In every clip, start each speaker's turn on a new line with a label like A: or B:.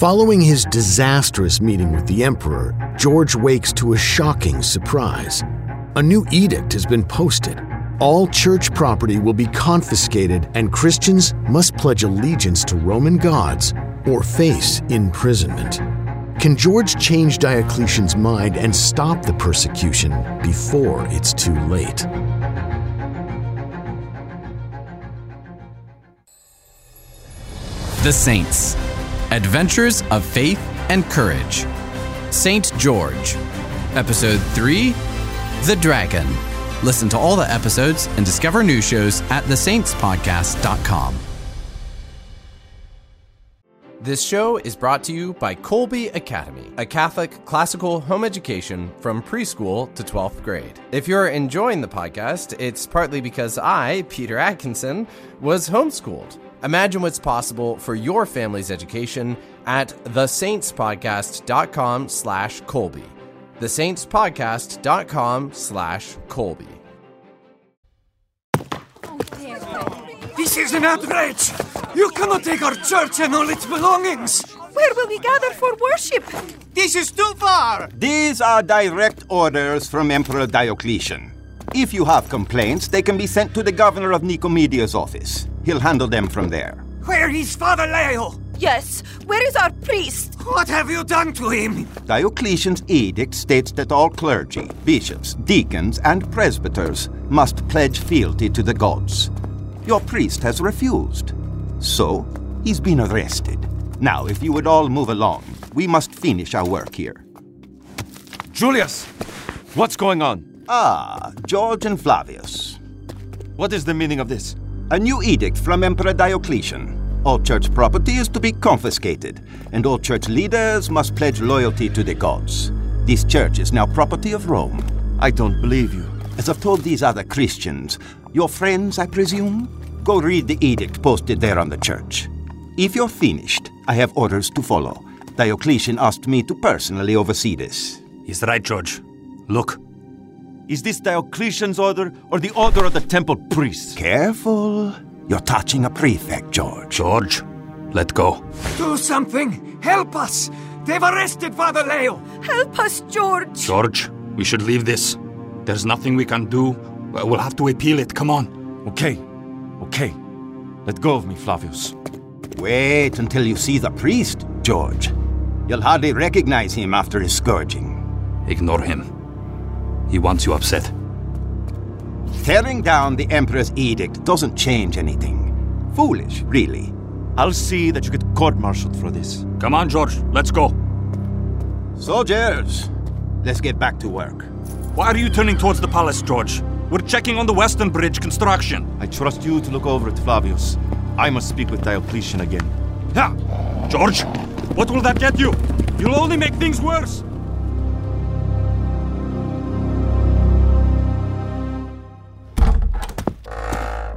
A: Following his disastrous meeting with the Emperor, George wakes to a shocking surprise. A new edict has been posted. All church property will be confiscated, and Christians must pledge allegiance to Roman gods or face imprisonment. Can George change Diocletian's mind and stop the persecution before it's too late?
B: The Saints Adventures of Faith and Courage. Saint George. Episode 3 The Dragon. Listen to all the episodes and discover new shows at thesaintspodcast.com. This show is brought to you by Colby Academy, a Catholic classical home education from preschool to 12th grade. If you're enjoying the podcast, it's partly because I, Peter Atkinson, was homeschooled. Imagine what's possible for your family's education at thesaintspodcast.com slash Colby. thesaintspodcast.com slash Colby.
C: This is an outrage! You cannot take our church and all its belongings!
D: Where will we gather for worship?
E: This is too far!
F: These are direct orders from Emperor Diocletian. If you have complaints, they can be sent to the governor of Nicomedia's office. He'll handle them from there.
C: Where is Father Leo?
D: Yes, where is our priest?
C: What have you done to him?
F: Diocletian's edict states that all clergy, bishops, deacons, and presbyters must pledge fealty to the gods. Your priest has refused. So, he's been arrested. Now, if you would all move along, we must finish our work here.
G: Julius! What's going on?
F: Ah, George and Flavius.
G: What is the meaning of this?
F: A new edict from Emperor Diocletian. All church property is to be confiscated, and all church leaders must pledge loyalty to the gods. This church is now property of Rome.
G: I don't believe you.
F: As I've told these other Christians, your friends, I presume? Go read the edict posted there on the church. If you're finished, I have orders to follow. Diocletian asked me to personally oversee this.
G: He's right, George. Look. Is this Diocletian's order or the order of the temple priests?
F: Careful. You're touching a prefect, George.
G: George, let go.
C: Do something! Help us! They've arrested Father Leo!
D: Help us, George!
H: George, we should leave this. There's nothing we can do. We'll have to appeal it. Come on.
G: Okay. Okay. Let go of me, Flavius.
F: Wait until you see the priest, George. You'll hardly recognize him after his scourging.
H: Ignore him. He wants you upset.
F: Tearing down the Emperor's edict doesn't change anything. Foolish, really.
G: I'll see that you get court martialed for this.
H: Come on, George. Let's go.
F: Soldiers, let's get back to work.
H: Why are you turning towards the palace, George? We're checking on the Western Bridge construction.
G: I trust you to look over it, Flavius. I must speak with Diocletian again.
H: Ha! George, what will that get you? You'll only make things worse.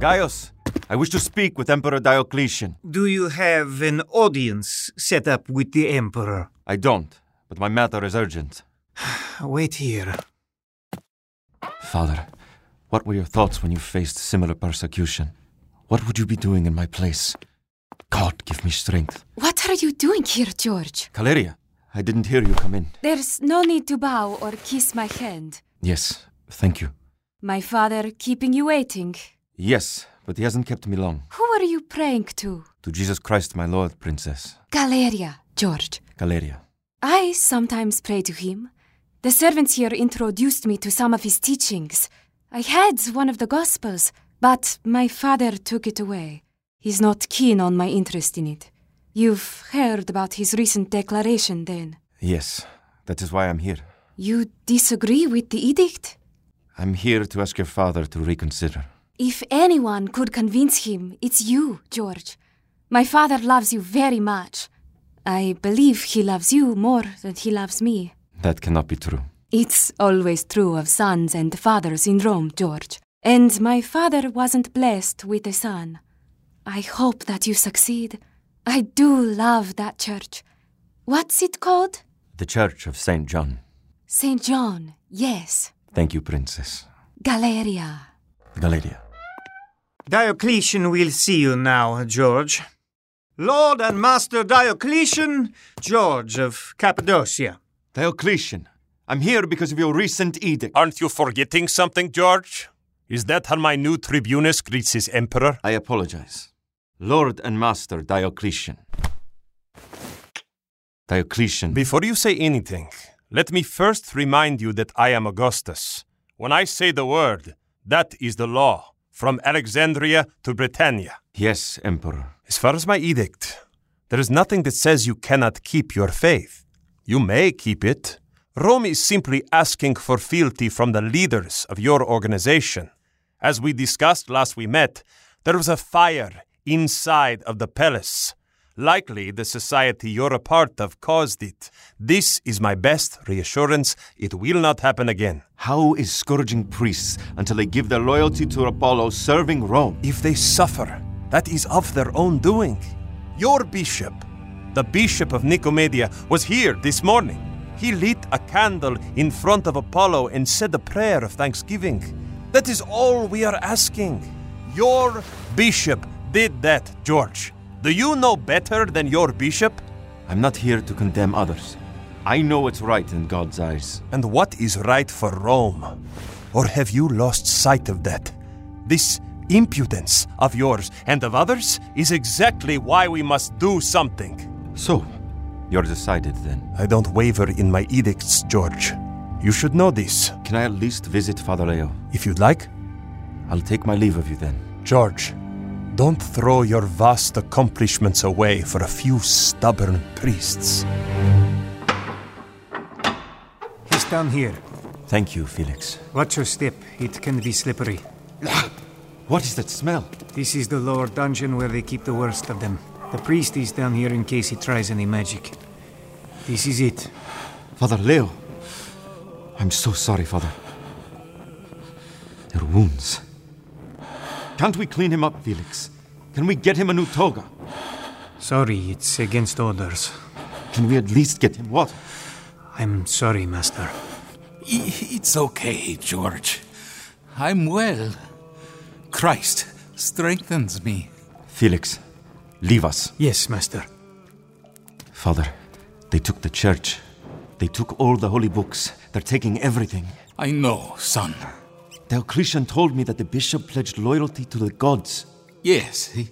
G: Gaius, I wish to speak with Emperor Diocletian.
I: Do you have an audience set up with the Emperor?
G: I don't, but my matter is urgent.
I: Wait here.
G: Father, what were your thoughts when you faced similar persecution? What would you be doing in my place? God, give me strength.
J: What are you doing here, George?
G: Caleria, I didn't hear you come in.
J: There's no need to bow or kiss my hand.
G: Yes, thank you.
J: My father keeping you waiting.
G: Yes, but he hasn't kept me long.
J: Who are you praying to?
G: To Jesus Christ, my Lord, Princess.
J: Galeria, George.
G: Galeria.
J: I sometimes pray to him. The servants here introduced me to some of his teachings. I had one of the Gospels, but my father took it away. He's not keen on my interest in it. You've heard about his recent declaration, then?
G: Yes, that is why I'm here.
J: You disagree with the edict?
G: I'm here to ask your father to reconsider.
J: If anyone could convince him, it's you, George. My father loves you very much. I believe he loves you more than he loves me.
G: That cannot be true.
J: It's always true of sons and fathers in Rome, George. And my father wasn't blessed with a son. I hope that you succeed. I do love that church. What's it called?
G: The Church of St. John.
J: St. John, yes.
G: Thank you, Princess.
J: Galeria.
G: Galeria.
I: Diocletian will see you now, George. Lord and Master Diocletian, George of Cappadocia.
G: Diocletian, I'm here because of your recent edict.
K: Aren't you forgetting something, George? Is that how my new tribunus greets his emperor?
G: I apologize. Lord and Master Diocletian. Diocletian.
K: Before you say anything, let me first remind you that I am Augustus. When I say the word, that is the law, from Alexandria to Britannia.
G: Yes, Emperor.
K: As far as my edict, there is nothing that says you cannot keep your faith. You may keep it. Rome is simply asking for fealty from the leaders of your organization. As we discussed last we met, there was a fire inside of the palace. Likely the society you're a part of caused it. This is my best reassurance it will not happen again.
G: How is scourging priests until they give their loyalty to Apollo serving Rome?
K: If they suffer, that is of their own doing. Your bishop, the bishop of Nicomedia, was here this morning. He lit a candle in front of Apollo and said a prayer of thanksgiving. That is all we are asking. Your bishop did that, George. Do you know better than your bishop?
G: I'm not here to condemn others. I know what's right in God's eyes.
K: And what is right for Rome? Or have you lost sight of that? This impudence of yours and of others is exactly why we must do something.
G: So, you're decided then?
K: I don't waver in my edicts, George. You should know this.
G: Can I at least visit Father Leo?
K: If you'd like.
G: I'll take my leave of you then.
K: George, don't throw your vast accomplishments away for a few stubborn priests.
I: He's down here.
G: Thank you, Felix.
I: Watch your step, it can be slippery.
G: What is that smell?
I: This is the lower dungeon where they keep the worst of them. The priest is down here in case he tries any magic. This is it.
G: Father Leo. I'm so sorry, Father. Their wounds. Can't we clean him up, Felix? Can we get him a new toga?
I: Sorry, it's against orders.
G: Can we at least get him water?
I: I'm sorry, Master.
L: It's okay, George. I'm well. Christ strengthens me.
G: Felix, leave us.
I: Yes, Master.
G: Father, they took the church. They took all the holy books. They're taking everything.
L: I know, son.
G: Diocletian told me that the bishop pledged loyalty to the gods.
L: Yes, he,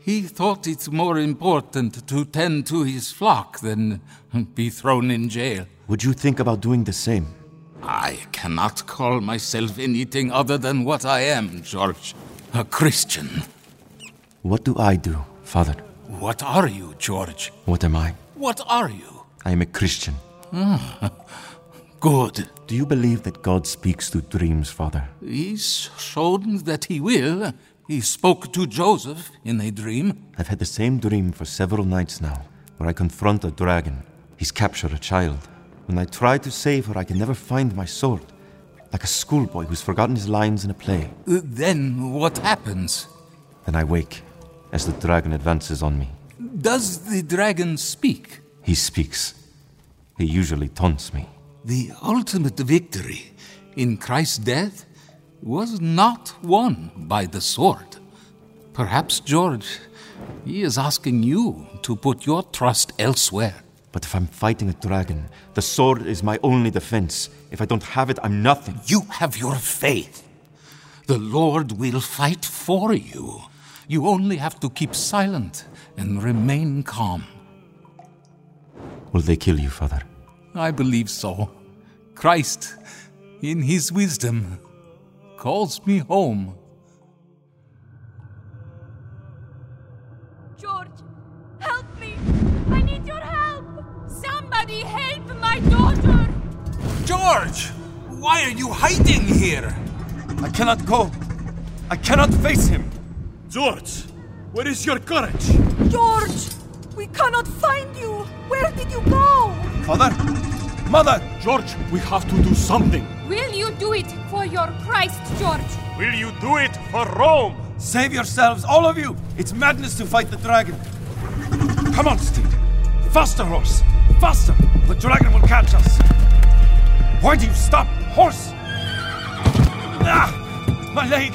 L: he thought it more important to tend to his flock than be thrown in jail.
G: Would you think about doing the same?
L: I cannot call myself anything other than what I am, George. A Christian.
G: What do I do, Father?
L: What are you, George?
G: What am I?
L: What are you?
G: I am a Christian.
L: Ah, good.
G: Do you believe that God speaks through dreams, Father?
L: He's shown that he will. He spoke to Joseph in a dream.
G: I've had the same dream for several nights now, where I confront a dragon. He's captured a child. When I try to save her, I can never find my sword, like a schoolboy who's forgotten his lines in a play.
L: Uh, then what happens?
G: Then I wake as the dragon advances on me.
L: Does the dragon speak?
G: He speaks. He usually taunts me.
L: The ultimate victory in Christ's death was not won by the sword. Perhaps, George, he is asking you to put your trust elsewhere.
G: But if I'm fighting a dragon, the sword is my only defense. If I don't have it, I'm nothing.
L: You have your faith. The Lord will fight for you. You only have to keep silent and remain calm.
G: Will they kill you, Father?
L: I believe so. Christ, in his wisdom, calls me home.
D: George, help me! I need your help! Somebody help my daughter!
E: George, why are you hiding here?
G: I cannot go. I cannot face him.
M: George, where is your courage?
D: George, we cannot find you. Where did you go?
G: Father? Mother!
M: George, we have to do something.
N: Will you do it for your Christ, George?
K: Will you do it for Rome?
G: Save yourselves, all of you! It's madness to fight the dragon.
M: Come on, Steed. Faster, horse. Faster. The dragon will catch us. Why do you stop, horse? Ah! My leg!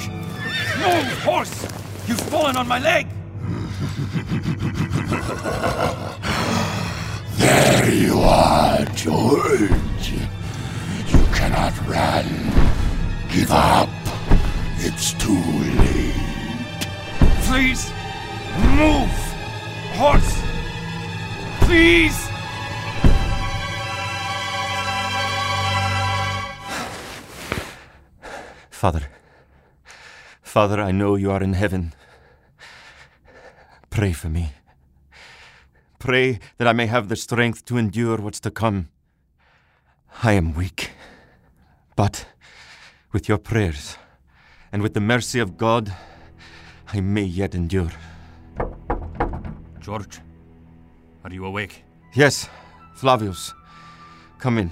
M: Move, horse! You've fallen on my leg!
O: There you are, George. You cannot run. Give up. It's too late.
J: Please, move! Horse! Please!
G: Father, Father, I know you are in heaven. Pray for me. Pray that I may have the strength to endure what's to come. I am weak. But with your prayers and with the mercy of God, I may yet endure.
K: George, are you awake?
G: Yes, Flavius, come in.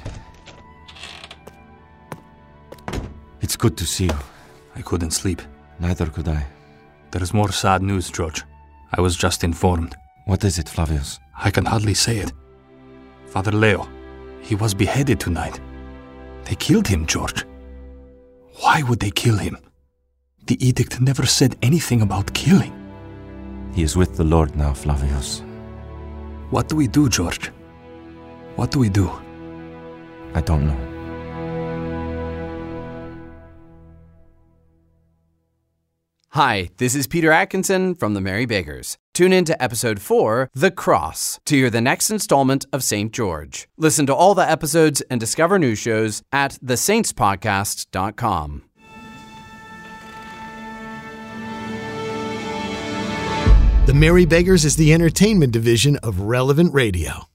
G: It's good to see you.
K: I couldn't sleep.
G: Neither could I.
K: There is more sad news, George. I was just informed.
G: What is it, Flavius?
K: I can hardly say it. Father Leo, he was beheaded tonight. They killed him, George. Why would they kill him? The edict never said anything about killing.
G: He is with the Lord now, Flavius.
K: What do we do, George? What do we do?
G: I don't know.
B: Hi, this is Peter Atkinson from the Merry Bakers. Tune in to episode 4, The Cross, to hear the next installment of St. George. Listen to all the episodes and discover new shows at thesaintspodcast.com.
A: The Merry Beggars is the entertainment division of Relevant Radio.